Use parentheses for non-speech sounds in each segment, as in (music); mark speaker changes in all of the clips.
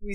Speaker 1: We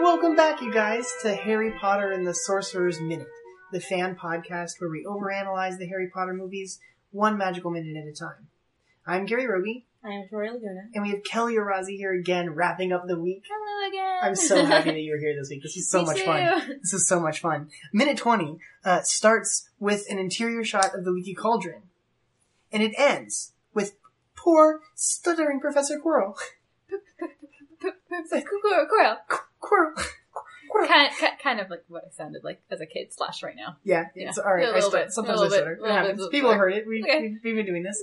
Speaker 1: Welcome back, you guys, to Harry Potter and the Sorcerer's Minute, the fan podcast where we overanalyze the Harry Potter movies one magical minute at a time. I'm Gary Roby,
Speaker 2: I am Tori Laguna.
Speaker 1: and we have Kelly Arazi here again, wrapping up the week.
Speaker 2: Hello again. (laughs)
Speaker 1: I'm so happy that you're here this week. This is so
Speaker 2: Me
Speaker 1: much
Speaker 2: too.
Speaker 1: fun.
Speaker 2: (laughs)
Speaker 1: This is so much fun. Minute 20 uh, starts with an interior shot of the leaky cauldron, and it ends with poor, stuttering Professor Quirrell. (laughs)
Speaker 2: Coral, coral.
Speaker 1: Quirrell. Quirrell.
Speaker 2: Kind, ki- kind of like what I sounded like as a kid slash right now.
Speaker 1: Yeah,
Speaker 2: Yeah.
Speaker 1: it's all right.
Speaker 2: A
Speaker 1: I
Speaker 2: little
Speaker 1: start,
Speaker 2: bit,
Speaker 1: sometimes
Speaker 2: a
Speaker 1: I
Speaker 2: little
Speaker 1: stutter.
Speaker 2: bit,
Speaker 1: It
Speaker 2: little
Speaker 1: happens.
Speaker 2: bit,
Speaker 1: People
Speaker 2: little
Speaker 1: heard it. We,
Speaker 2: Okay.
Speaker 1: we, we've been doing this.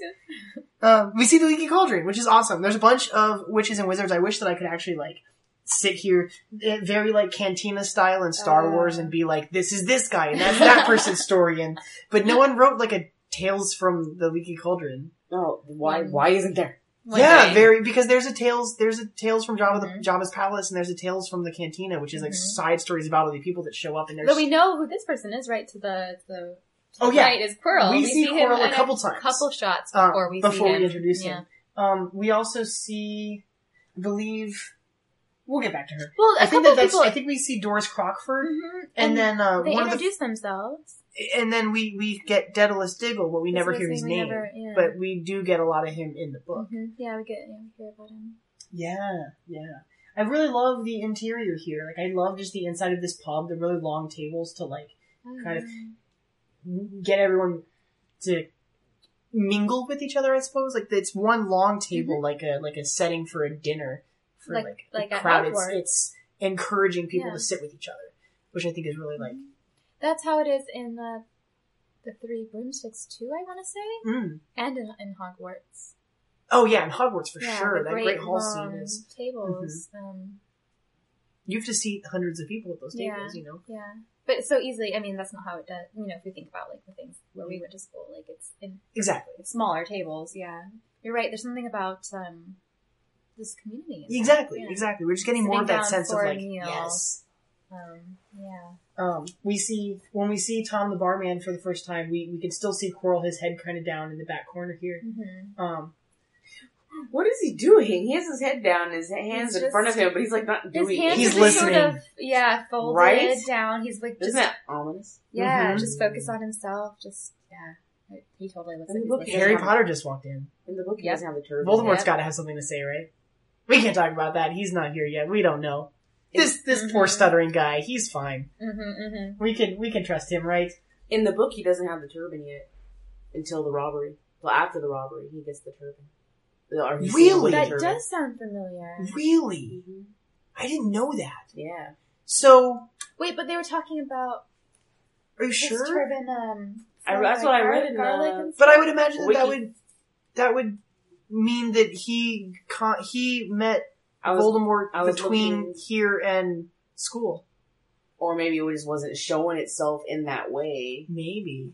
Speaker 1: Um, we see the leaky cauldron, which is awesome. There's a bunch of witches and wizards. I wish that I could actually like sit here, eh, very like cantina style in Star
Speaker 2: Uh.
Speaker 1: Wars, and be like, "This is this guy, and
Speaker 2: (laughs)
Speaker 1: that's that person's story." And but no one wrote like a tales from the leaky cauldron.
Speaker 3: No, why?
Speaker 2: Mm.
Speaker 3: Why isn't there?
Speaker 2: One
Speaker 1: yeah,
Speaker 2: day.
Speaker 1: very because there's a tales there's a tales from Jabba
Speaker 2: Mhm.
Speaker 1: the Jabba's palace, and there's a tales from the cantina, which is like
Speaker 2: Mhm.
Speaker 1: side stories about all the people that show up. And
Speaker 2: Though
Speaker 1: there's
Speaker 2: we know who this person is, right? To the to the to
Speaker 1: Oh,
Speaker 2: the
Speaker 1: yeah.
Speaker 2: right is Quirrell.
Speaker 1: We see
Speaker 2: him
Speaker 1: Quirrell a
Speaker 2: in
Speaker 1: couple times.
Speaker 2: couple shots
Speaker 1: Uh,
Speaker 2: before we
Speaker 1: before
Speaker 2: see
Speaker 1: we
Speaker 2: him.
Speaker 1: introduce
Speaker 2: yeah.
Speaker 1: him. Um, we also see, I believe, we'll get back to her.
Speaker 2: Well, a
Speaker 1: I think
Speaker 2: couple
Speaker 1: that that's,
Speaker 2: people.
Speaker 1: I think we see Doris Crockford,
Speaker 2: Mhm.
Speaker 1: and, then uh,
Speaker 2: they
Speaker 1: one of the,
Speaker 2: introduce themselves.
Speaker 1: and then we we get Daedalus Diggle, but we never
Speaker 2: This
Speaker 1: hear
Speaker 2: is
Speaker 1: his
Speaker 2: we
Speaker 1: name.
Speaker 2: never- yeah.
Speaker 1: But we do get a lot of him in the book.
Speaker 2: Mhm. yeah, we get yeah, we hear about him.
Speaker 1: Yeah, yeah. I really love the interior here. Like, I love just the inside of this pub. The really long tables to like Kind of- get everyone to mingle with each other. I suppose like it's one long table, like a like a setting for a dinner
Speaker 2: Mm-hmm.
Speaker 1: for
Speaker 2: Like-
Speaker 1: like,
Speaker 2: like
Speaker 1: a
Speaker 2: at
Speaker 1: crowd. It's,
Speaker 2: Hogwarts.
Speaker 1: it's encouraging people
Speaker 2: Yeah.
Speaker 1: to sit with each other, which I think is really like
Speaker 2: That's how it is in the the three broomsticks too. I want to say,
Speaker 1: mm.
Speaker 2: and in, in Hogwarts.
Speaker 1: oh yeah, in Hogwarts for
Speaker 2: Yeah,
Speaker 1: sure.
Speaker 2: the
Speaker 1: That great, hall
Speaker 2: long
Speaker 1: scene is Mm-hmm.
Speaker 2: tables. Um,
Speaker 1: you have to seat hundreds of people at those
Speaker 2: Yeah.
Speaker 1: tables. You know,
Speaker 2: yeah, but it's so easily. I mean, that's not how it does. You know, if we think about like the things where we went to school, like it's in
Speaker 1: exactly,
Speaker 2: it's smaller tables. Yeah, you're right. There's something about um this community. and
Speaker 1: exactly,
Speaker 2: Yeah.
Speaker 1: exactly. We're just getting more
Speaker 2: Sitting
Speaker 1: of that
Speaker 2: down
Speaker 1: sense of
Speaker 2: for a
Speaker 1: like
Speaker 2: meal.
Speaker 1: yes.
Speaker 2: stuff. Um, yeah.
Speaker 1: um, we see when we see Tom the barman for the first time, we, we can still see Quirrell his head kind of down in the back corner here.
Speaker 2: Mm-hmm.
Speaker 1: Um,
Speaker 3: What is he doing? He has his head down, his hands
Speaker 2: He's
Speaker 3: in
Speaker 2: just-
Speaker 3: front of him, but he's like not
Speaker 2: His
Speaker 3: doing.
Speaker 2: hands
Speaker 1: He's
Speaker 2: are
Speaker 3: anything.
Speaker 2: just
Speaker 1: listening.
Speaker 2: Sort of, yeah, folded
Speaker 3: Right?
Speaker 2: down. He's like just
Speaker 3: Isn't that ominous?
Speaker 2: Yeah,
Speaker 3: Mm-hmm.
Speaker 1: Mhm.
Speaker 2: just focus on himself. Just yeah, he totally looks
Speaker 3: And
Speaker 2: like
Speaker 3: look at
Speaker 2: he's
Speaker 1: Harry
Speaker 2: listening.
Speaker 3: Yeah.
Speaker 1: Potter just walked in.
Speaker 3: In the book, he
Speaker 2: Yep.
Speaker 3: doesn't have the turban.
Speaker 1: Voldemort's
Speaker 2: Yep.
Speaker 1: got to have something to say, right? We can't talk about that. He's not here yet. We don't know. This this poor
Speaker 2: Mhm.
Speaker 1: stuttering guy. He's fine.
Speaker 2: Mhm, mhm.
Speaker 1: We can we can trust him, right?
Speaker 3: In the book, he doesn't have the turban yet until the robbery. Well, after the robbery, he gets the turban. Or he's
Speaker 1: Really?
Speaker 3: seen with the
Speaker 2: That
Speaker 3: turban.
Speaker 2: does sound familiar.
Speaker 1: Really?
Speaker 3: Mhm.
Speaker 1: I didn't know that.
Speaker 3: Yeah.
Speaker 1: So
Speaker 2: Wait, but they were talking about
Speaker 1: are you
Speaker 2: his
Speaker 1: sure?
Speaker 2: turban. Um,
Speaker 3: I-
Speaker 2: smells
Speaker 3: that's
Speaker 2: like
Speaker 3: what I
Speaker 2: gar-
Speaker 3: read in
Speaker 2: garlic
Speaker 3: the-
Speaker 2: and
Speaker 1: But
Speaker 2: stuff.
Speaker 1: I would imagine that, that
Speaker 3: Wiki.
Speaker 1: would that would mean that he con- he met
Speaker 3: I was,
Speaker 1: Voldemort
Speaker 3: I was
Speaker 1: between
Speaker 3: looking-
Speaker 1: here and school.
Speaker 3: or maybe it just wasn't showing itself in that way.
Speaker 1: Maybe.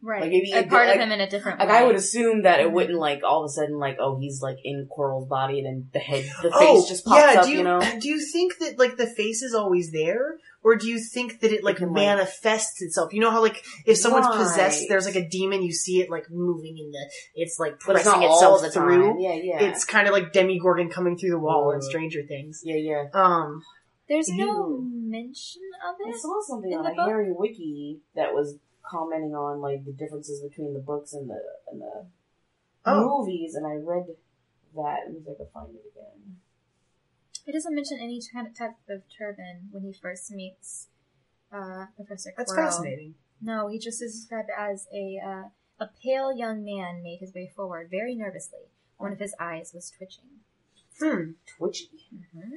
Speaker 2: right,
Speaker 3: Like, maybe
Speaker 2: a
Speaker 3: it-
Speaker 2: part
Speaker 3: like-
Speaker 2: of him in a different
Speaker 3: Like
Speaker 2: way.
Speaker 3: I would assume that it wouldn't like all of a sudden like oh he's like in Quirrell's body and then the head the face
Speaker 2: Oh,
Speaker 3: just pops up
Speaker 1: Oh, do
Speaker 3: you know
Speaker 1: Do you think that like the face is always there, or do you think that it like
Speaker 3: It can, like-
Speaker 1: manifests itself? You know how like if someone's possessed,
Speaker 3: Right.
Speaker 1: there's like a demon, you see it like moving in the, it's like
Speaker 3: but it's not
Speaker 1: pressing
Speaker 3: all
Speaker 1: itself
Speaker 3: the
Speaker 1: through.
Speaker 3: time yeah yeah
Speaker 1: It's kind of like Demigorgon coming through the wall in
Speaker 3: Mm.
Speaker 1: Stranger Things.
Speaker 3: yeah yeah
Speaker 1: Um,
Speaker 2: There's no
Speaker 3: Ew.
Speaker 2: mention of
Speaker 3: I
Speaker 2: it.
Speaker 3: saw something
Speaker 2: In
Speaker 3: on
Speaker 2: the
Speaker 3: a
Speaker 2: book?
Speaker 3: Harry Wiki that was commenting on like the differences between the books and the and the
Speaker 1: Oh.
Speaker 3: movies, and I read that and was like, I find it again.
Speaker 2: It doesn't mention any kind of type of turban when he first meets uh, Professor.
Speaker 1: that's
Speaker 2: Quirrell.
Speaker 1: fascinating.
Speaker 2: No, he just is described as a uh, a pale young man made his way forward very nervously. One of his eyes was twitching.
Speaker 1: Hmm.
Speaker 3: Twitchy.
Speaker 1: Mm-hmm.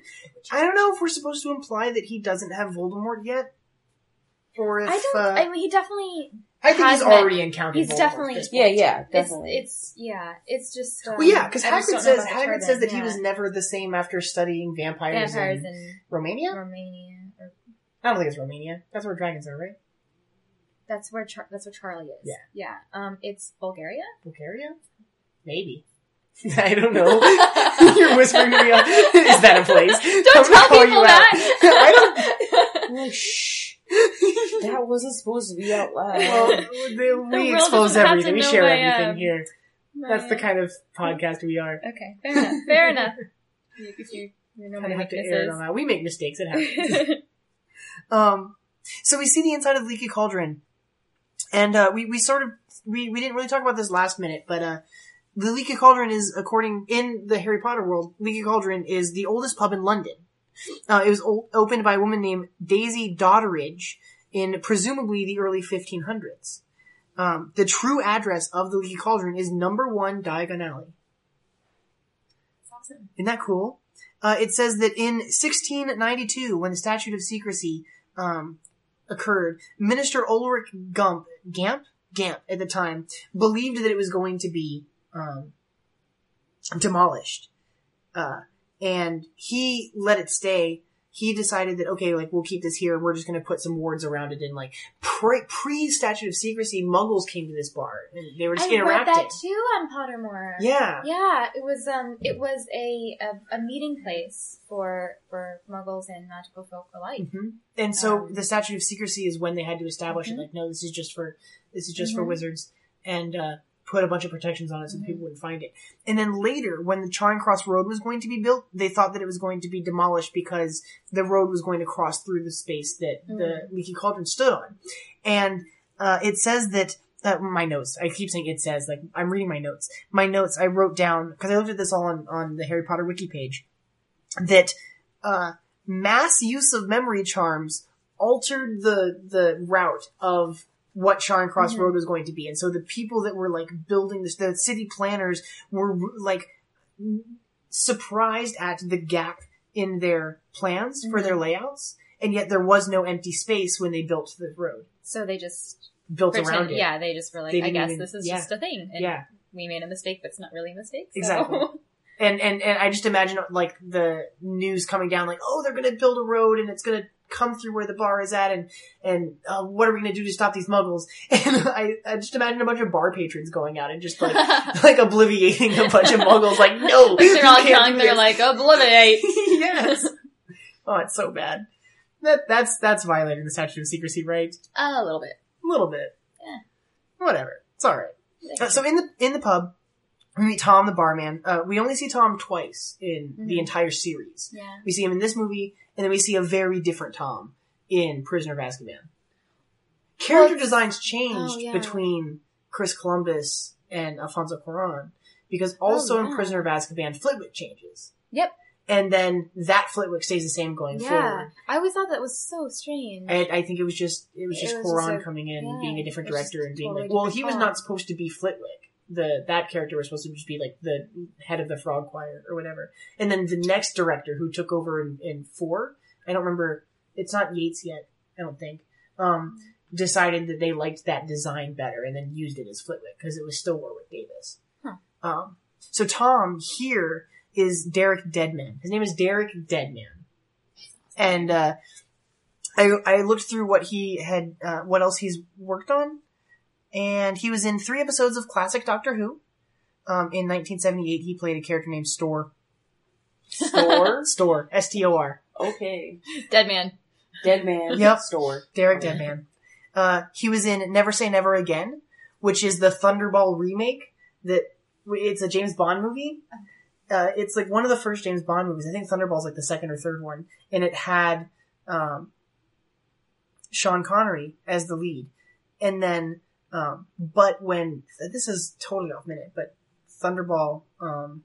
Speaker 1: I don't know if we're supposed to imply that he doesn't have Voldemort yet, or if
Speaker 2: I don't.
Speaker 1: uh,
Speaker 2: I mean, he definitely
Speaker 1: I think he's
Speaker 2: Hazmat-
Speaker 1: already encountered.
Speaker 2: he's
Speaker 1: Voldemort at
Speaker 2: definitely-
Speaker 1: this
Speaker 3: Yeah,
Speaker 1: point.
Speaker 3: yeah,
Speaker 2: It's,
Speaker 3: definitely.
Speaker 2: it's yeah, it's just. Um,
Speaker 1: Well, yeah, because
Speaker 2: I just
Speaker 1: Hagrid
Speaker 2: don't know
Speaker 1: says
Speaker 2: about the
Speaker 1: Hagrid
Speaker 2: turban,
Speaker 1: says that he
Speaker 2: yeah.
Speaker 1: was never the same after studying vampires,
Speaker 2: vampires Mm.
Speaker 1: in
Speaker 2: in
Speaker 1: Romania.
Speaker 2: Romania. Or,
Speaker 1: I don't think it's Romania. That's where dragons are, right?
Speaker 2: that's where Char- that's where Charlie is.
Speaker 1: Yeah.
Speaker 2: yeah. Um, it's Bulgaria.
Speaker 1: Bulgaria, maybe. (laughs) I don't
Speaker 3: (laughs)
Speaker 1: know. (laughs) You're whispering to me. uh, Is that a place?
Speaker 2: (laughs) Don't
Speaker 1: I'm gonna
Speaker 2: tell
Speaker 1: call
Speaker 2: people
Speaker 1: you (laughs) out.
Speaker 2: that.
Speaker 1: I
Speaker 2: (laughs)
Speaker 1: don't
Speaker 3: Like, shh. (laughs) that wasn't supposed to be out loud.
Speaker 1: Well,
Speaker 2: Well,
Speaker 1: they- we
Speaker 2: world
Speaker 1: expose
Speaker 2: doesn't have to
Speaker 1: everything. We
Speaker 2: know
Speaker 1: share
Speaker 2: my,
Speaker 1: everything
Speaker 2: um,
Speaker 1: here. That's the kind of podcast we are.
Speaker 2: Okay, fair enough.
Speaker 1: (laughs)
Speaker 2: Fair enough. You, you, you know
Speaker 1: Kind
Speaker 2: my
Speaker 1: of have to err on
Speaker 2: weaknesses.
Speaker 1: that. We make mistakes.
Speaker 2: (laughs)
Speaker 1: It (laughs) happens. um, so we see the inside of Leaky Cauldron, and uh, we we sort of we we didn't really talk about this last minute, but uh, the Leaky Cauldron is according in the Harry Potter world, Leaky Cauldron is the oldest pub in London. Uh, it was o- opened by a woman named Daisy Dodderidge in presumably the early 1500s. Um, the true address of the Leaky Cauldron is number one Diagon Alley.
Speaker 2: Awesome.
Speaker 1: Isn't that cool? Uh, it says that in 1692, when the Statute of Secrecy um, occurred, Minister Ulrich Gump, Gamp, Gamp at the time, believed that it was going to be um, demolished, uh, and he let it stay. He decided that okay, like we'll keep this here. We're just going to put some wards around it. And like pre pre Statute of Secrecy, Muggles came to this bar. And they were
Speaker 2: I
Speaker 1: just
Speaker 2: read
Speaker 1: interacting.
Speaker 2: that too on Pottermore.
Speaker 1: Yeah,
Speaker 2: Yeah, it was um, it was a a, a meeting place for for Muggles and magical folk alike.
Speaker 1: Mhm. And so
Speaker 2: Um,
Speaker 1: the statute of secrecy is when they had to establish
Speaker 2: Mhm.
Speaker 1: it. Like, no, this is just for this is just for
Speaker 2: Mhm.
Speaker 1: wizards, and uh, put a bunch of protections on it so
Speaker 2: Mhm.
Speaker 1: people wouldn't find it. And then later, when the Charing Cross Road was going to be built, they thought that it was going to be demolished because the road was going to cross through the space that the leaky cauldron stood on. And uh, it says that. Uh, my notes. I keep saying it says like I'm reading my notes. My notes. I wrote down because I looked at this all on on the Harry Potter wiki page that uh, mass use of memory charms altered the the route of what Charing Cross
Speaker 2: Mhm.
Speaker 1: Road was going to be, and so the people that were like building this, the city planners were like surprised at the gap in their plans for their layouts, and yet there was no empty space when they built the road,
Speaker 2: So they just
Speaker 1: built around
Speaker 2: pretend.
Speaker 1: it.
Speaker 2: Yeah, they just were like,
Speaker 1: They
Speaker 2: I
Speaker 1: didn't
Speaker 2: guess
Speaker 1: even-
Speaker 2: this is
Speaker 1: yeah.
Speaker 2: just a thing, and
Speaker 1: yeah.
Speaker 2: we made a mistake, but it's not really a mistake. so- (laughs)
Speaker 1: Exactly. and and and I just imagine like the news coming down, like, oh, they're gonna build a road and it's gonna come through where the bar is at, and and uh, what are we gonna do to stop these muggles? (laughs) And I, I just imagine a bunch of bar patrons going out and just like
Speaker 2: (laughs)
Speaker 1: like obliviating a bunch of muggles, like, no,
Speaker 2: Like, (laughs)
Speaker 1: (laughs)
Speaker 2: they're all
Speaker 1: you can't
Speaker 2: young.
Speaker 1: do
Speaker 2: They're
Speaker 1: this.
Speaker 2: like obliviate.
Speaker 1: yes, oh, it's so bad. That that's that's violating the statute of secrecy, right?
Speaker 2: a little bit.
Speaker 1: A little bit.
Speaker 2: Yeah.
Speaker 1: Whatever. It's all right. Uh, so in the in the pub, we meet Tom the barman. Uh, we only see Tom twice in the
Speaker 2: Mhm.
Speaker 1: entire series.
Speaker 2: yeah.
Speaker 1: We see him in this movie, and then we see a very different Tom in Prisoner of Azkaban. Character designs changed
Speaker 2: Oh, yeah.
Speaker 1: between Chris Columbus and Alfonso Cuarón because also
Speaker 2: Oh, yeah.
Speaker 1: in Prisoner of Azkaban, Flitwick changes.
Speaker 2: Yep.
Speaker 1: And then that Flitwick stays the same going
Speaker 2: Yeah.
Speaker 1: forward.
Speaker 2: I always thought that was so strange.
Speaker 1: And I think it was just it was
Speaker 2: It
Speaker 1: just
Speaker 2: was just
Speaker 1: Cuarón
Speaker 2: a-
Speaker 1: coming in,
Speaker 2: yeah,
Speaker 1: being a different
Speaker 2: it was just
Speaker 1: director, and being
Speaker 2: totally
Speaker 1: like, well,
Speaker 2: different
Speaker 1: he was
Speaker 2: Tom.
Speaker 1: not supposed to be Flitwick. The that character was supposed to just be like the head of the Frog Choir or whatever. And then the next director who took over in, in four, I don't remember. It's not Yates yet, I don't think. Um, decided that they liked that design better, and then used it as Flitwick because it was still Warwick Davis.
Speaker 2: Huh.
Speaker 1: Um, so Tom here is Derek Deadman. His name is Derek Deadman, and uh, I I looked through what he had, uh, what else he's worked on, and he was in three episodes of classic Doctor Who. Um, in 1978, he played a character named Store. (laughs)
Speaker 3: Store?
Speaker 1: Store. S T O R.
Speaker 3: okay.
Speaker 2: Dead man.
Speaker 3: Dead man.
Speaker 1: Yep.
Speaker 3: Store.
Speaker 1: Derek Deadman. Uh, he was in Never Say Never Again, which is the Thunderball remake that it's a James Bond movie. Uh, it's like one of the first James Bond movies. I think Thunderball's like the second or third one, and it had um, Sean Connery as the lead. And then, um, but when this is totally off minute, but Thunderball um,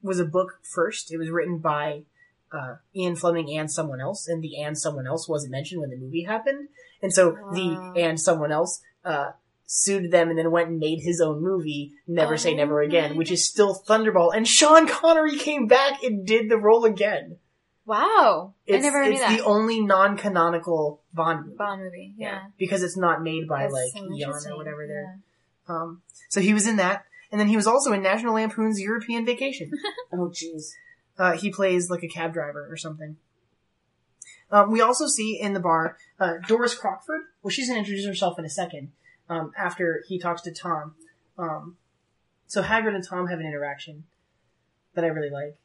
Speaker 1: was a book first. It was written by uh, Ian Fleming and someone else, and the and someone else wasn't mentioned when the movie happened. And so
Speaker 2: Wow.
Speaker 1: the and someone else uh, sued them and then went and made his own movie, Never Say
Speaker 2: Oh
Speaker 1: Never Again,
Speaker 2: my
Speaker 1: which is still Thunderball. And Sean Connery came back and did the role again.
Speaker 2: Wow.
Speaker 1: It's,
Speaker 2: I never knew
Speaker 1: it's
Speaker 2: that.
Speaker 1: the only non-canonical Bond movie.
Speaker 2: Bond movie. Yeah.
Speaker 1: Because it's not made by
Speaker 2: That's
Speaker 1: like
Speaker 2: so
Speaker 1: Yon
Speaker 2: interesting.
Speaker 1: or whatever they're
Speaker 2: Yeah.
Speaker 1: Um, so he was in that, and then he was also in National Lampoon's
Speaker 2: (laughs)
Speaker 1: European Vacation.
Speaker 3: Oh, jeez.
Speaker 1: Uh, he plays like a cab driver or something. Um, we also see in the bar uh, Doris Crockford. Well, she's going to introduce herself in a second um, after he talks to Tom. Um, so Hagrid and Tom have an interaction that I really like.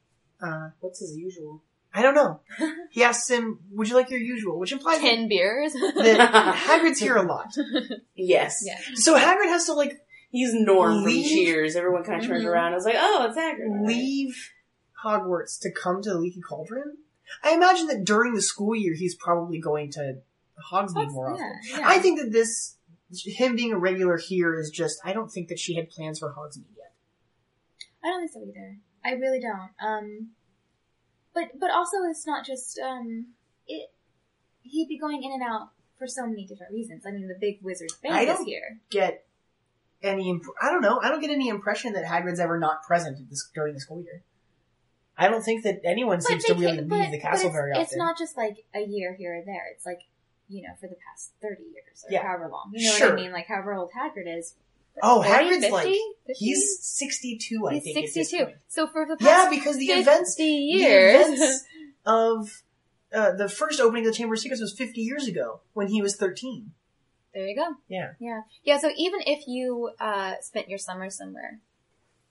Speaker 1: Uh,
Speaker 3: What's his usual?
Speaker 1: I
Speaker 2: (laughs)
Speaker 1: don't know. He asks him, "Would you like your usual?" Which implies
Speaker 2: Ten beers. (laughs)
Speaker 1: that Hagrid's here a lot.
Speaker 3: Yes.
Speaker 2: Yeah.
Speaker 1: So Hagrid has to like
Speaker 3: He's Norm
Speaker 1: Leave?
Speaker 3: from Cheers. Everyone kind of turns
Speaker 2: Mhm.
Speaker 3: around. I was like, oh, it's Hagrid.
Speaker 1: leave Hogwarts to come to the Leaky Cauldron? I imagine that during the school year, he's probably going to Hogsmeade more often.
Speaker 2: yeah, yeah.
Speaker 1: I think that this, him being a regular here is just, I don't think that she had plans for Hogsmeade yet.
Speaker 2: I don't think so either. I really don't. Um, but but also it's not just um, it. He'd be going in and out for so many different reasons. I mean, the big wizard's
Speaker 1: I
Speaker 2: band is
Speaker 1: don't-
Speaker 2: here.
Speaker 1: Get any, imp- I don't know, I don't get any impression that Hagrid's ever not present at this, during the school year. I don't think that anyone seems to
Speaker 2: they
Speaker 1: really
Speaker 2: ca-
Speaker 1: leave the castle
Speaker 2: it's,
Speaker 1: very
Speaker 2: it's
Speaker 1: often.
Speaker 2: not just like a year here and there. It's like you know for the past thirty years or
Speaker 1: Yeah.
Speaker 2: however long. You know
Speaker 1: Sure.
Speaker 2: what I mean? Like however old Hagrid is.
Speaker 1: oh,
Speaker 2: 40,
Speaker 1: Hagrid's
Speaker 2: 50?
Speaker 1: like,
Speaker 2: 50?
Speaker 1: he's 62, I
Speaker 2: He's
Speaker 1: think. at this
Speaker 2: sixty-two.
Speaker 1: point.
Speaker 2: So for the
Speaker 1: Yeah,
Speaker 2: past
Speaker 1: because the
Speaker 2: 50
Speaker 1: events
Speaker 2: years.
Speaker 1: The
Speaker 2: (laughs)
Speaker 1: events of uh, the first opening of the Chamber of Secrets was 50 years ago when he was 13.
Speaker 2: There you go.
Speaker 1: Yeah.
Speaker 2: Yeah. Yeah. So even if you uh, spent your summer somewhere,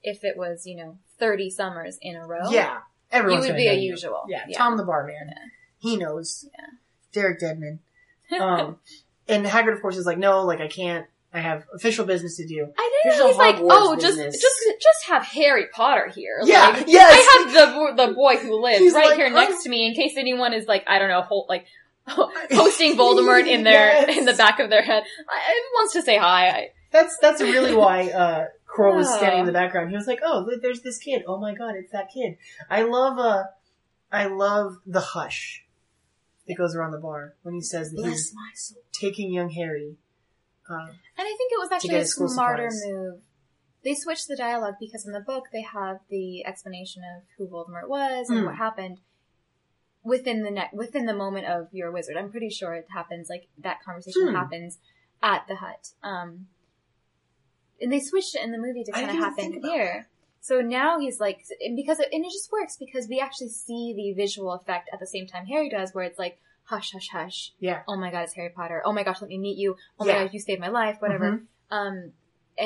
Speaker 2: if it was, you know, 30 summers in a row,
Speaker 1: Yeah.
Speaker 2: you
Speaker 1: Everyone's
Speaker 2: would
Speaker 1: gonna
Speaker 2: be a
Speaker 1: know you.
Speaker 2: usual.
Speaker 1: Yeah, Tom the barman. He knows.
Speaker 2: Yeah.
Speaker 1: Derek
Speaker 2: (laughs)
Speaker 1: Deadman. Um, and Hagrid, of course, is like, no, like, I can't. I have official business to do.
Speaker 2: I didn't
Speaker 3: Here's
Speaker 2: know.
Speaker 3: a
Speaker 2: He's like,
Speaker 3: Hogwarts
Speaker 2: oh,
Speaker 3: business."
Speaker 2: just, just, just have Harry Potter here.
Speaker 1: yeah,
Speaker 2: Like,
Speaker 1: yes!
Speaker 2: I have the bo- the boy who lives
Speaker 1: He's
Speaker 2: right
Speaker 1: like,
Speaker 2: here next
Speaker 1: "Oh."
Speaker 2: to me in case anyone is like, I don't know, hol- like hosting Voldemort
Speaker 1: (laughs)
Speaker 2: in their
Speaker 1: Yes.
Speaker 2: in the back of their head. I, it wants to say hi. I,
Speaker 1: That's, that's
Speaker 2: (laughs)
Speaker 1: really why, uh, Quirrell was standing in
Speaker 2: Oh.
Speaker 1: the background. He was like, oh, look, there's this kid. Oh my god, it's that kid. I love, uh, I love the hush that goes around the bar when he says that he's
Speaker 2: my soul.
Speaker 1: taking young Harry. Uh,
Speaker 2: And I think it was
Speaker 1: get
Speaker 2: actually a
Speaker 1: his school
Speaker 2: smarter
Speaker 1: supplies.
Speaker 2: move. They switched the dialogue because in the book they have the explanation of who Voldemort was and
Speaker 1: Hmm.
Speaker 2: what happened within the net within the moment of your wizard. I'm pretty sure it happens like that conversation
Speaker 1: Hmm.
Speaker 2: happens at the hut. Um, and they switched it in the movie to
Speaker 1: I
Speaker 2: kind of
Speaker 1: didn't
Speaker 2: happen
Speaker 1: think about
Speaker 2: here. So now he's like, and because and it just works because we actually see the visual effect at the same time Harry does, where it's like hush, hush, hush.
Speaker 1: Yeah.
Speaker 2: Oh my God, it's Harry Potter. Oh my gosh, let me meet you. Oh
Speaker 1: Yeah.
Speaker 2: my God, you saved my life. Whatever.
Speaker 1: mhm.
Speaker 2: Um,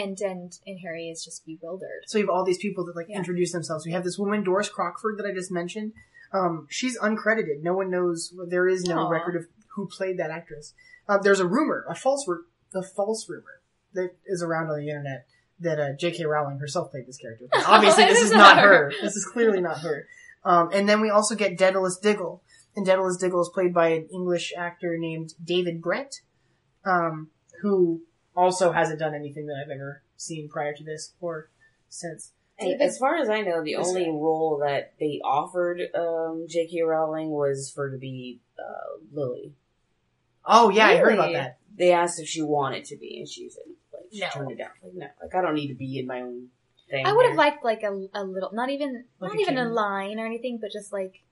Speaker 2: and and and Harry is just bewildered.
Speaker 1: So we have all these people that like
Speaker 2: Yeah.
Speaker 1: introduce themselves. We have this woman, Doris Crockford, that I just mentioned. Um, she's uncredited. No one knows. There is no
Speaker 2: Aw.
Speaker 1: record of who played that actress. Uh, there's a rumor, a false, ru- a false rumor that is around on the internet that uh, J.K. Rowling herself played this
Speaker 2: (laughs)
Speaker 1: character. But obviously,
Speaker 2: It
Speaker 1: this
Speaker 2: is
Speaker 1: is not
Speaker 2: not
Speaker 1: her.
Speaker 2: her.
Speaker 1: This is clearly not her. Um, and then we also get Daedalus Diggle, and Daedalus Diggle is played by an English actor named David Brent, um, who also hasn't done anything that I've ever seen prior to this or since.
Speaker 3: And
Speaker 2: David-
Speaker 3: as far as I know, the only role that they offered um, J.K. Rowling was for to be uh, Lily.
Speaker 1: Oh yeah, I heard about
Speaker 3: Really?
Speaker 1: that.
Speaker 3: They asked if she wanted to be, and she was like, she
Speaker 1: No.
Speaker 3: turned it down. Like, no, like I don't need to be in my own thing.
Speaker 2: I would have
Speaker 3: here.
Speaker 2: liked like a, a little, not even
Speaker 1: Like
Speaker 2: not
Speaker 1: a
Speaker 2: even a
Speaker 1: cameo.
Speaker 2: line or anything, but just like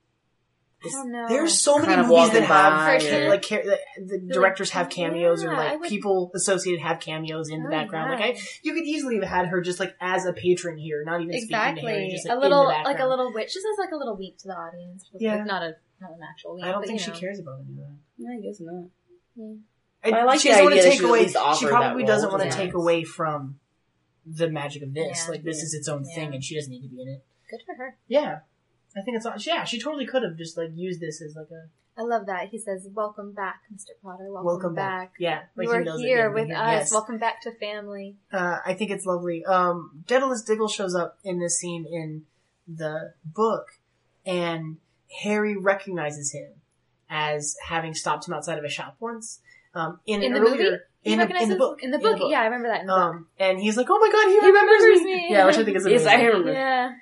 Speaker 2: I
Speaker 3: Just-
Speaker 2: don't know.
Speaker 1: There's so many
Speaker 3: Kind of
Speaker 1: movies that
Speaker 3: walking
Speaker 1: have
Speaker 2: by
Speaker 1: ca-
Speaker 2: or-
Speaker 1: like ca- the- the directors have cameos or
Speaker 2: "Oh, yeah, I
Speaker 1: like
Speaker 2: would-
Speaker 1: people associated have cameos in the
Speaker 2: Oh,
Speaker 1: background.
Speaker 2: yeah.
Speaker 1: Like I, you could easily have had her just like as a patron here, not even speaking to Harry,
Speaker 2: exactly
Speaker 1: just like,
Speaker 2: a
Speaker 1: in
Speaker 2: little
Speaker 1: the
Speaker 2: like a
Speaker 1: background.
Speaker 2: little witch. Just as like a little wink to the audience. Like,
Speaker 1: Yeah.
Speaker 2: not a not an actual wink.
Speaker 1: I don't
Speaker 2: but,
Speaker 1: think
Speaker 2: you
Speaker 1: she
Speaker 2: know.
Speaker 1: cares about any of that.
Speaker 3: Yeah, I guess not.
Speaker 1: It-
Speaker 3: I like
Speaker 1: she
Speaker 3: the
Speaker 1: doesn't want
Speaker 3: idea that
Speaker 1: to
Speaker 3: she
Speaker 1: take
Speaker 3: at
Speaker 1: away.
Speaker 3: least
Speaker 1: She
Speaker 3: offered that
Speaker 1: probably doesn't
Speaker 3: role
Speaker 1: want
Speaker 2: to
Speaker 1: to take
Speaker 3: Daedalus.
Speaker 1: away from the magic of this.
Speaker 2: Yeah.
Speaker 1: like this
Speaker 3: Yeah.
Speaker 1: is its own thing,
Speaker 2: Yeah.
Speaker 1: and she doesn't need to be in it.
Speaker 2: Good for her.
Speaker 1: Yeah, I think it's all- yeah. She totally could have just like used this as like a
Speaker 2: I love that he says, "Welcome back, Mr. Potter. Welcome,
Speaker 1: welcome back. Yeah, like
Speaker 2: you
Speaker 1: he
Speaker 2: are
Speaker 1: knows that
Speaker 2: here
Speaker 1: you've been
Speaker 2: with us.
Speaker 1: Yes.
Speaker 2: Welcome back to family."
Speaker 1: Uh, I think it's lovely. Um, Daedalus Diggle shows up in this scene in the book, and Harry recognizes him as having stopped him outside of a shop once. Um, in,
Speaker 2: In
Speaker 1: an
Speaker 2: the
Speaker 1: earlier,
Speaker 2: movie? He
Speaker 1: in, a- in
Speaker 2: recognizes-
Speaker 1: the book,
Speaker 2: In the book, yeah, I remember that. In the book.
Speaker 1: Um, and he's like, "Oh my god, he,
Speaker 2: He
Speaker 1: remembers,
Speaker 2: remembers
Speaker 1: me.
Speaker 2: me.
Speaker 1: Yeah, which I think is amazing.
Speaker 3: Yes, I remember.
Speaker 2: Yeah.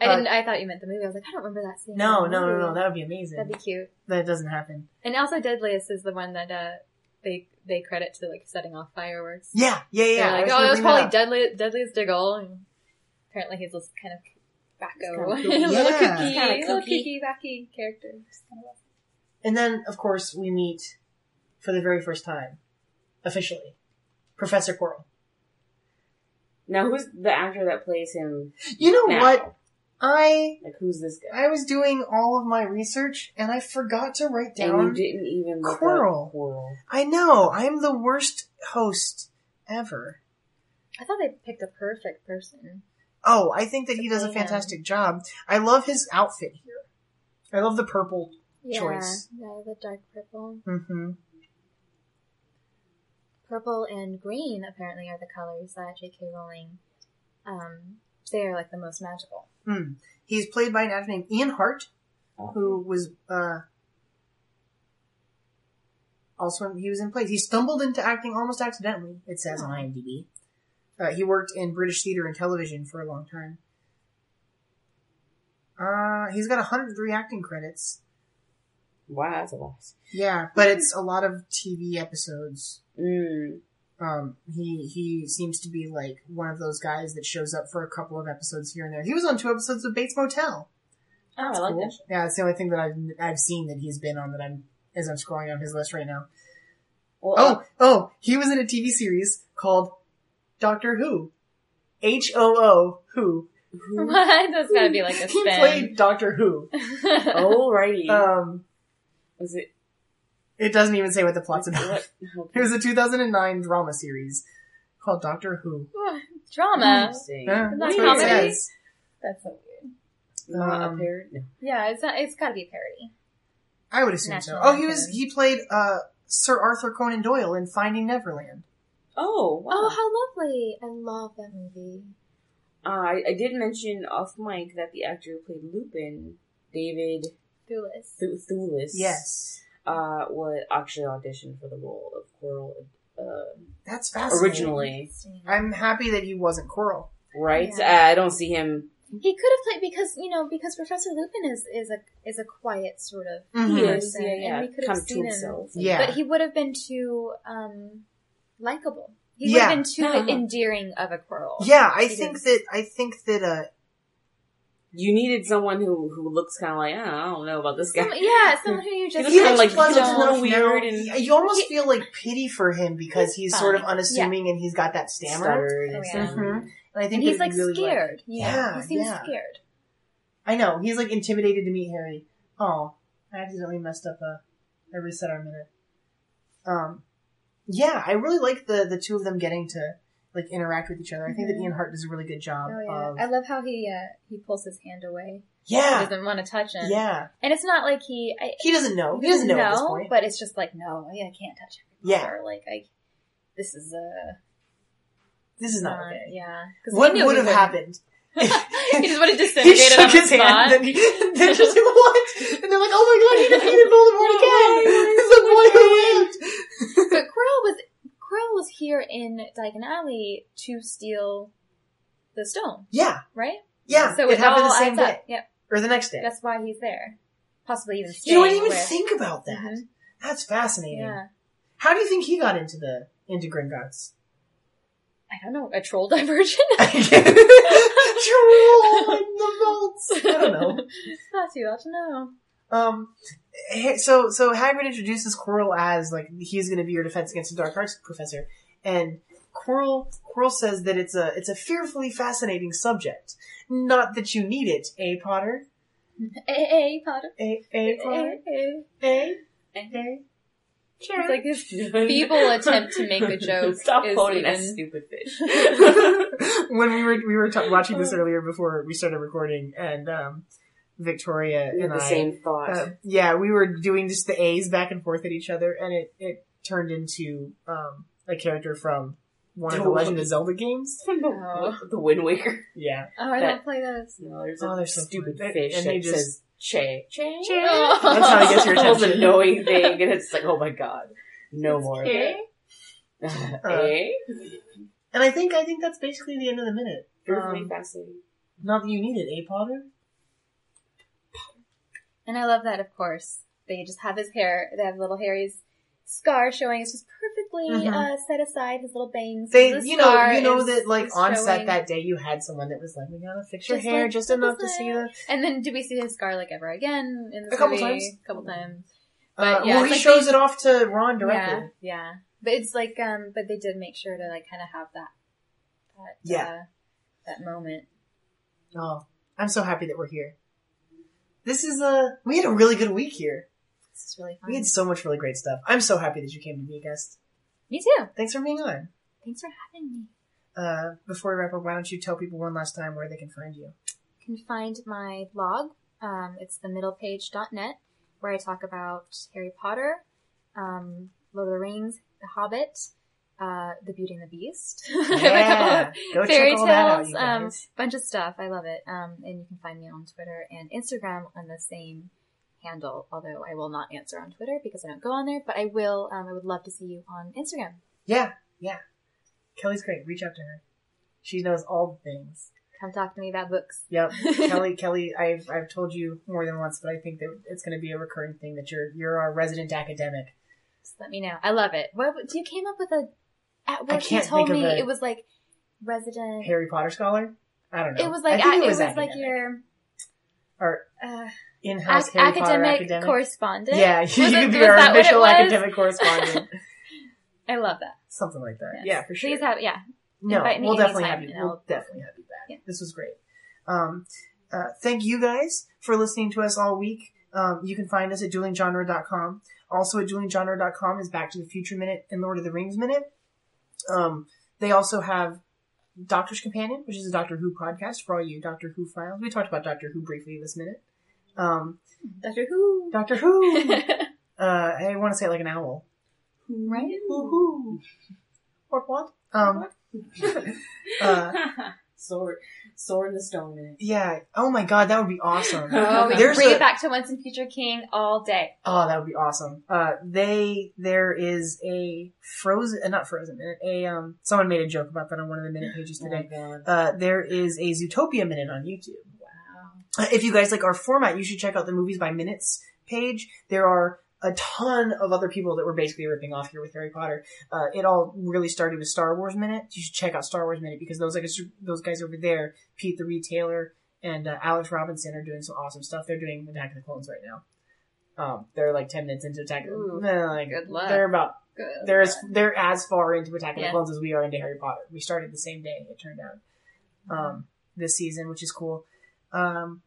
Speaker 2: I
Speaker 1: Uh,
Speaker 2: didn't. I thought you meant the movie. I was like, I don't remember that scene.
Speaker 1: No,
Speaker 2: in the
Speaker 1: no, no, no.
Speaker 2: movie.
Speaker 1: That would be amazing.
Speaker 2: That'd be cute.
Speaker 1: that doesn't happen.
Speaker 2: And also, Deadliest is the one that uh, they they credit to like setting off fireworks.
Speaker 1: Yeah, yeah, yeah.
Speaker 2: They're
Speaker 1: I
Speaker 2: like,
Speaker 1: was
Speaker 2: oh,
Speaker 1: gonna
Speaker 2: that was
Speaker 1: bring that
Speaker 2: probably
Speaker 1: up.
Speaker 2: Deadly, Deadliest Diggle. And apparently, he's this kind of wacko, (laughs)
Speaker 3: It's kinda cool.
Speaker 2: little
Speaker 1: Yeah.
Speaker 2: cookie,
Speaker 3: It's kinda
Speaker 2: little
Speaker 3: kooky.
Speaker 2: cookie, wacky character. It's kinda awesome.
Speaker 1: And then, of course, we meet for the very first time, officially, Professor Quirrell.
Speaker 3: Now, who's the actor that plays him?
Speaker 1: You know
Speaker 3: now?
Speaker 1: what? I
Speaker 3: Like, who's this guy?
Speaker 1: I was doing all of my research and I forgot to
Speaker 3: And
Speaker 1: write
Speaker 3: you
Speaker 1: down.
Speaker 3: didn't even look
Speaker 1: Quirrell.
Speaker 3: up Quirrell.
Speaker 1: I know I'm the worst host ever.
Speaker 2: I thought I picked a perfect person.
Speaker 1: Oh, I think that he does a
Speaker 2: Man.
Speaker 1: fantastic job. I love his outfit here. I love the purple.
Speaker 2: Yeah,
Speaker 1: Choice.
Speaker 2: yeah, the dark purple,
Speaker 1: Mm-hmm.
Speaker 2: purple and green apparently are the colors that J.K. Rowling. Um, they are like the most magical.
Speaker 1: Mm. He's played by an actor named Ian Hart, who was uh, also in- he was in plays. He stumbled into acting almost accidentally. It says on IMDb. Uh, he worked in British theater and television for a long time. Uh, he's got 103 acting credits.
Speaker 3: Wow, that's a lot.
Speaker 1: Yeah, but it's a lot of TV episodes.
Speaker 3: Mm.
Speaker 1: Um, he he seems to be like one of those guys that shows up for a couple of episodes here and there. He was on two episodes of Bates Motel.
Speaker 3: Oh, I like
Speaker 1: Cool.
Speaker 3: that show.
Speaker 1: Yeah, it's the only thing that I've I've seen that he's been on that I'm as I'm scrolling on his list right now.
Speaker 3: Well, uh,
Speaker 1: Oh, oh, he was in a TV series called Doctor Who. H O O Who.
Speaker 3: who-
Speaker 2: (laughs) What? That's gotta be like a
Speaker 1: He
Speaker 2: spin.
Speaker 1: played Doctor Who.
Speaker 2: (laughs)
Speaker 3: Alrighty.
Speaker 1: Um,
Speaker 3: Is it?
Speaker 1: it doesn't even say what the plot's about. (laughs)
Speaker 3: What?
Speaker 1: It was a 2009 drama series called Doctor Who.
Speaker 2: Drama.
Speaker 3: Interesting.
Speaker 1: Yeah,
Speaker 2: Isn't
Speaker 1: that's
Speaker 2: that
Speaker 1: what it
Speaker 2: comedy?
Speaker 1: says.
Speaker 2: That's so weird.
Speaker 3: Not
Speaker 1: Um,
Speaker 3: a parrot? No.
Speaker 2: Yeah, it's not, it's gotta be a parody.
Speaker 1: I would assume so.
Speaker 2: National
Speaker 1: Oh, he was
Speaker 2: Lampoon.
Speaker 1: he played uh Sir Arthur Conan Doyle in Finding Neverland.
Speaker 3: Oh, wow.
Speaker 2: Oh, how lovely! I love that movie.
Speaker 3: Uh, I, I did mention off mic that the actor who played Lupin, David
Speaker 2: Thulis.
Speaker 3: Thu- Thewlis,
Speaker 1: Yes,
Speaker 3: uh, was actually auditioned for the role of Quirrell uh,
Speaker 1: that's fascinating.
Speaker 3: originally,
Speaker 1: I'm happy that he wasn't Coral.
Speaker 3: right?
Speaker 2: Yeah.
Speaker 3: Uh, I don't see him.
Speaker 2: He could have played because you know because Professor Lupin is is a is a quiet sort of
Speaker 1: Mhm.
Speaker 3: He is,
Speaker 2: person,
Speaker 3: yeah,
Speaker 2: and
Speaker 3: yeah,
Speaker 2: we could have
Speaker 3: kind of to
Speaker 2: seen him.
Speaker 3: himself.
Speaker 1: Yeah.
Speaker 2: But he would have been too um likable. He
Speaker 1: Yeah.
Speaker 2: would have been too
Speaker 3: Uh-huh.
Speaker 2: endearing of a quarrel.
Speaker 1: Yeah, I
Speaker 2: He
Speaker 1: think
Speaker 2: did.
Speaker 1: that I think that uh
Speaker 3: you needed someone who who looks kind of like "Ah, I don't know about this guy.
Speaker 2: Some, yeah, someone who you just
Speaker 3: looks kinda
Speaker 1: he's
Speaker 3: like
Speaker 1: pleasant
Speaker 3: he's a little
Speaker 1: enough now.
Speaker 3: weird and-
Speaker 1: Yeah, you almost feel like pity for him because he's sort of
Speaker 2: fine.
Speaker 1: unassuming and he's got that stammer.
Speaker 3: Stuttered
Speaker 2: Oh,
Speaker 3: and
Speaker 2: yeah.
Speaker 3: stammered.
Speaker 1: And I
Speaker 2: and
Speaker 1: think that
Speaker 2: he's
Speaker 1: you
Speaker 2: like
Speaker 1: really
Speaker 2: scared.
Speaker 1: Yeah,
Speaker 2: he seems
Speaker 1: yeah.
Speaker 2: scared.
Speaker 1: I know he's like intimidated to meet Harry. Oh, I accidentally messed up a. I reset our minute. Um, yeah, I really like the the two of them getting to like interact with each other. I think that
Speaker 2: Mhm.
Speaker 1: Ian Hart does a really good job.
Speaker 2: Oh yeah,
Speaker 1: of-
Speaker 2: I love how he uh, he pulls his hand away. He
Speaker 1: yeah,
Speaker 2: doesn't want to touch him.
Speaker 1: yeah.
Speaker 2: and it's not like he. I,
Speaker 1: He doesn't know. He doesn't know at this point.
Speaker 2: but it's just like no, I I can't touch him.
Speaker 1: Yeah.
Speaker 2: Or, like I, this is a
Speaker 1: This is not okay.
Speaker 2: Yeah, 'Cause
Speaker 1: What
Speaker 2: he knew
Speaker 1: would
Speaker 2: he
Speaker 1: have
Speaker 2: wouldn't.
Speaker 1: happened
Speaker 2: (laughs)
Speaker 1: (laughs)
Speaker 2: he just would have
Speaker 1: he
Speaker 2: disintegrated
Speaker 1: shook
Speaker 2: on the
Speaker 1: his
Speaker 2: spot.
Speaker 1: hand (laughs) and he- they're just like, what? And they're like, oh my god, he defeated Voldemort again! (laughs) It's
Speaker 2: Oh
Speaker 1: the boy who lived!
Speaker 2: but Quirrell was Quirrell was here in Diagon Alley to steal the stone,
Speaker 1: Yeah,
Speaker 2: right?
Speaker 1: yeah.
Speaker 2: so
Speaker 1: it happened
Speaker 2: all
Speaker 1: the same
Speaker 2: adds
Speaker 1: day.
Speaker 2: up. Yep,
Speaker 1: Or the next day.
Speaker 2: that's why he's there. Possibly even
Speaker 1: you don't
Speaker 2: staying
Speaker 1: even
Speaker 2: with-
Speaker 1: think about that.
Speaker 2: Mhm.
Speaker 1: That's fascinating.
Speaker 2: Yeah,
Speaker 1: How do you think he got into the, into
Speaker 2: (laughs)
Speaker 1: Gringotts? (laughs)
Speaker 2: I don't know, a troll (laughs) diversion.
Speaker 1: Drool in the vaults! I don't know.
Speaker 2: (laughs) Not too much, no.
Speaker 1: Um, he- so so Hagrid introduces Quirrell as like he's going to be your defense against the dark arts professor, and Quirrell Quirrell says that it's a it's a fearfully fascinating subject. Not that you need it, a Potter,
Speaker 2: A A Potter.
Speaker 1: a
Speaker 3: Eh,
Speaker 1: a Potter, Eh?
Speaker 2: A A.
Speaker 1: a
Speaker 3: And-
Speaker 1: a.
Speaker 2: It's like
Speaker 3: (laughs)
Speaker 2: this feeble attempt to make a joke.
Speaker 3: Stop
Speaker 2: is
Speaker 3: quoting that
Speaker 2: even-
Speaker 3: stupid
Speaker 2: (laughs)
Speaker 3: fish.
Speaker 1: when we were we were ta watching
Speaker 3: Uh.
Speaker 1: this earlier before we started recording, and um, Victoria
Speaker 3: We had
Speaker 1: and
Speaker 3: the
Speaker 1: I
Speaker 3: same thought.
Speaker 1: Uh, yeah, we were doing just the A's back and forth at each other, and it, it turned into um, a character from one of the Legend of Zelda games.
Speaker 3: from the,
Speaker 2: Oh.
Speaker 3: (laughs) the Wind Waker.
Speaker 1: Yeah.
Speaker 2: Oh, I
Speaker 3: That-
Speaker 2: don't play those.
Speaker 3: No, there's
Speaker 1: Oh,
Speaker 3: a
Speaker 1: they're so
Speaker 3: stupid
Speaker 1: funny.
Speaker 3: fish
Speaker 1: And
Speaker 3: that
Speaker 1: they just-
Speaker 3: says Che. Che.
Speaker 2: That's
Speaker 1: That's how he
Speaker 3: (laughs)
Speaker 2: (laughs)
Speaker 1: gets your
Speaker 3: It's the most
Speaker 1: attention.
Speaker 3: annoying thing, and it's like, oh my god, no more. of (laughs)
Speaker 2: Eh?
Speaker 3: that.
Speaker 1: Uh,
Speaker 3: Eh?
Speaker 1: And I think I think that's basically the end of the minute.
Speaker 3: Fearfully
Speaker 1: Um,
Speaker 3: fascinating.
Speaker 1: not that you need it, A Potter.
Speaker 2: And I love that, of course. They just have his hair. They have little Harry's scar showing. It's just perfectly
Speaker 1: Mhm.
Speaker 2: uh, set aside. His little bangs.
Speaker 1: They,
Speaker 2: The
Speaker 1: you know,
Speaker 2: scar
Speaker 1: you know
Speaker 2: is-
Speaker 1: that like
Speaker 2: is
Speaker 1: on set
Speaker 2: showing.
Speaker 1: that day, you had someone that was like, "We gotta fix your
Speaker 2: Just
Speaker 1: hair
Speaker 2: like-
Speaker 1: just enough to see the."
Speaker 2: And then do we see his scar like ever again? In the
Speaker 1: A couple times.
Speaker 2: A couple times.
Speaker 1: Uh,
Speaker 2: But, yeah,
Speaker 1: well,
Speaker 2: it's
Speaker 1: he
Speaker 2: like
Speaker 1: shows
Speaker 2: they-
Speaker 1: it off to Ron directly.
Speaker 2: Yeah, yeah. But it's like, um, but they did make sure to like kind of have that, that,
Speaker 1: Yeah.
Speaker 2: uh, that moment.
Speaker 1: Oh, I'm so happy that we're here. This is a we had a really good week here.
Speaker 2: This is really fun.
Speaker 1: We had so much really great stuff. I'm so happy that you came to be a guest.
Speaker 2: Me too.
Speaker 1: Thanks for being on.
Speaker 2: Thanks for having me.
Speaker 1: Uh, before we wrap up, why don't you tell people one last time where they can find
Speaker 2: (laughs)
Speaker 1: you?
Speaker 2: You can find my blog. Um, it's themiddlepage.net, where I talk about Harry Potter, um, Lord of the Rings, The Hobbit, uh, The Beauty and the Beast. (laughs)
Speaker 1: Yeah, go
Speaker 2: fairy
Speaker 1: check all that out,
Speaker 2: tales,
Speaker 1: you
Speaker 2: um,
Speaker 1: guys.
Speaker 2: bunch of stuff. I love it. Um, and you can find me on Twitter and Instagram on the same handle. Although I will not answer on Twitter because I don't go on there, but I will. Um, I would love to see you on Instagram.
Speaker 1: Yeah, yeah. Kelly's great. Reach out to her. She knows all the things.
Speaker 2: Come talk to me about books. (laughs)
Speaker 1: Yep. Kelly, Kelly, I've I've told you more than once, but I think that it's going to be a recurring thing that you're you're our resident academic.
Speaker 2: Just let me know. I love it. What you came up with a? At work,
Speaker 1: can't
Speaker 2: you told
Speaker 1: think of
Speaker 2: me
Speaker 1: a-
Speaker 2: it was like resident.
Speaker 1: Harry Potter scholar. I don't know.
Speaker 2: It was like
Speaker 1: I think
Speaker 2: a- it was, like
Speaker 1: academic.
Speaker 2: your
Speaker 1: or
Speaker 2: uh,
Speaker 1: in-house
Speaker 2: ac-
Speaker 1: Harry
Speaker 2: academic,
Speaker 1: Potter academic.
Speaker 2: correspondent.
Speaker 1: Yeah, (laughs) you
Speaker 2: Was it-
Speaker 1: could be
Speaker 2: was
Speaker 1: our
Speaker 2: that what it
Speaker 1: official
Speaker 2: was?
Speaker 1: academic correspondent.
Speaker 2: (laughs) I love that.
Speaker 1: Something like that.
Speaker 2: Yes.
Speaker 1: Yeah, for sure.
Speaker 2: Please have yeah.
Speaker 1: no,
Speaker 2: invite me
Speaker 1: we'll definitely
Speaker 2: anytime
Speaker 1: have you.
Speaker 2: and
Speaker 1: We'll
Speaker 2: I'll-
Speaker 1: definitely have you back.
Speaker 2: Yeah.
Speaker 1: This was great. Um, uh, thank you guys for listening to us all week. Um, you can find us at duelinggenre.com. Also at duelinggenre.com is Back to the Future Minute and Lord of the Rings Minute. Um, they also have Doctor's Companion, which is a Doctor Who podcast for all you Doctor Who files. We talked about Doctor Who briefly this minute. Um,
Speaker 2: Doctor (laughs) Who.
Speaker 1: Doctor Who! uh, I want to say it like an owl.
Speaker 2: right?
Speaker 1: Woohoo!
Speaker 2: (laughs)
Speaker 1: What what? Um, (laughs) uh,
Speaker 3: (laughs) Sword, sword in the stone eh? man.
Speaker 1: yeah. Oh my god, that would be awesome.
Speaker 2: (laughs) Oh, we can
Speaker 1: There's
Speaker 2: bring
Speaker 1: a-
Speaker 2: it back to Once and Future King all day.
Speaker 1: Oh, that would be awesome. Uh, they, there is a frozen, uh, not frozen minute, a, um, someone made a joke about that on one of the minute pages
Speaker 3: Oh my
Speaker 1: today.
Speaker 3: god.
Speaker 1: Uh, there is a Zootopia minute on YouTube.
Speaker 2: Wow.
Speaker 1: Uh, If you guys like our format, you should check out the movies by minutes page. There are a ton of other people that were basically ripping off here with Harry Potter. Uh, it all really started with Star Wars Minute. You should check out Star Wars Minute because those like those guys over there, Pete the Retailer and uh, Alex Robinson, are doing some awesome stuff. They're doing Attack of the Clones right now. Um, they're like ten minutes into Attack. Of,
Speaker 2: Ooh,
Speaker 1: they're like,
Speaker 2: good luck.
Speaker 1: They're about
Speaker 2: Good.
Speaker 1: they're as they're as far into Attack of the
Speaker 2: Yeah.
Speaker 1: Clones as we are into Harry Potter. We started the same day. It turned out um, this season, which is cool. Um,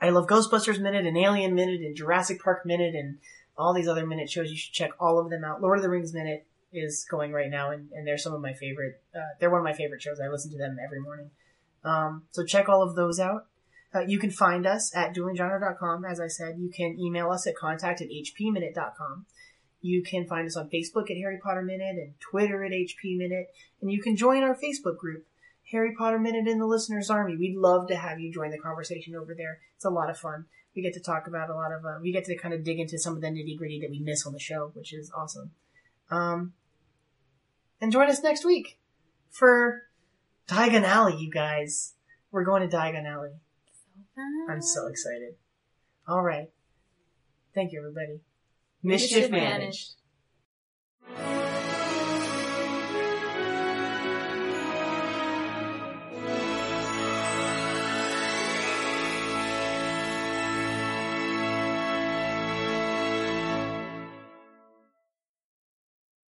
Speaker 1: I love Ghostbusters Minute and Alien Minute and Jurassic Park Minute and all these other minute shows. You should check all of them out. Lord of the Rings Minute is going right now, and, and they're some of my favorite. Uh, they're one of my favorite shows. I listen to them every morning. Um, so check all of those out. Uh, you can find us at duelinggenre.com. As I said, you can email us at contact at hpminute.com. You can find us on Facebook at Harry Potter Minute and Twitter at HP Minute. And you can join our Facebook group, Harry Potter Minute in the Listener's Army. We'd love to have you join the conversation over there. It's a lot of fun. We get to talk about a lot of, uh, we get to kind of dig into some of the nitty gritty that we miss on the show, which is awesome. Um, and join us next week for Diagon Alley, you guys. We're going to Diagon Alley. I'm so excited. All right. Thank you, everybody.
Speaker 2: Mischief
Speaker 1: Mischief
Speaker 2: managed.
Speaker 1: managed.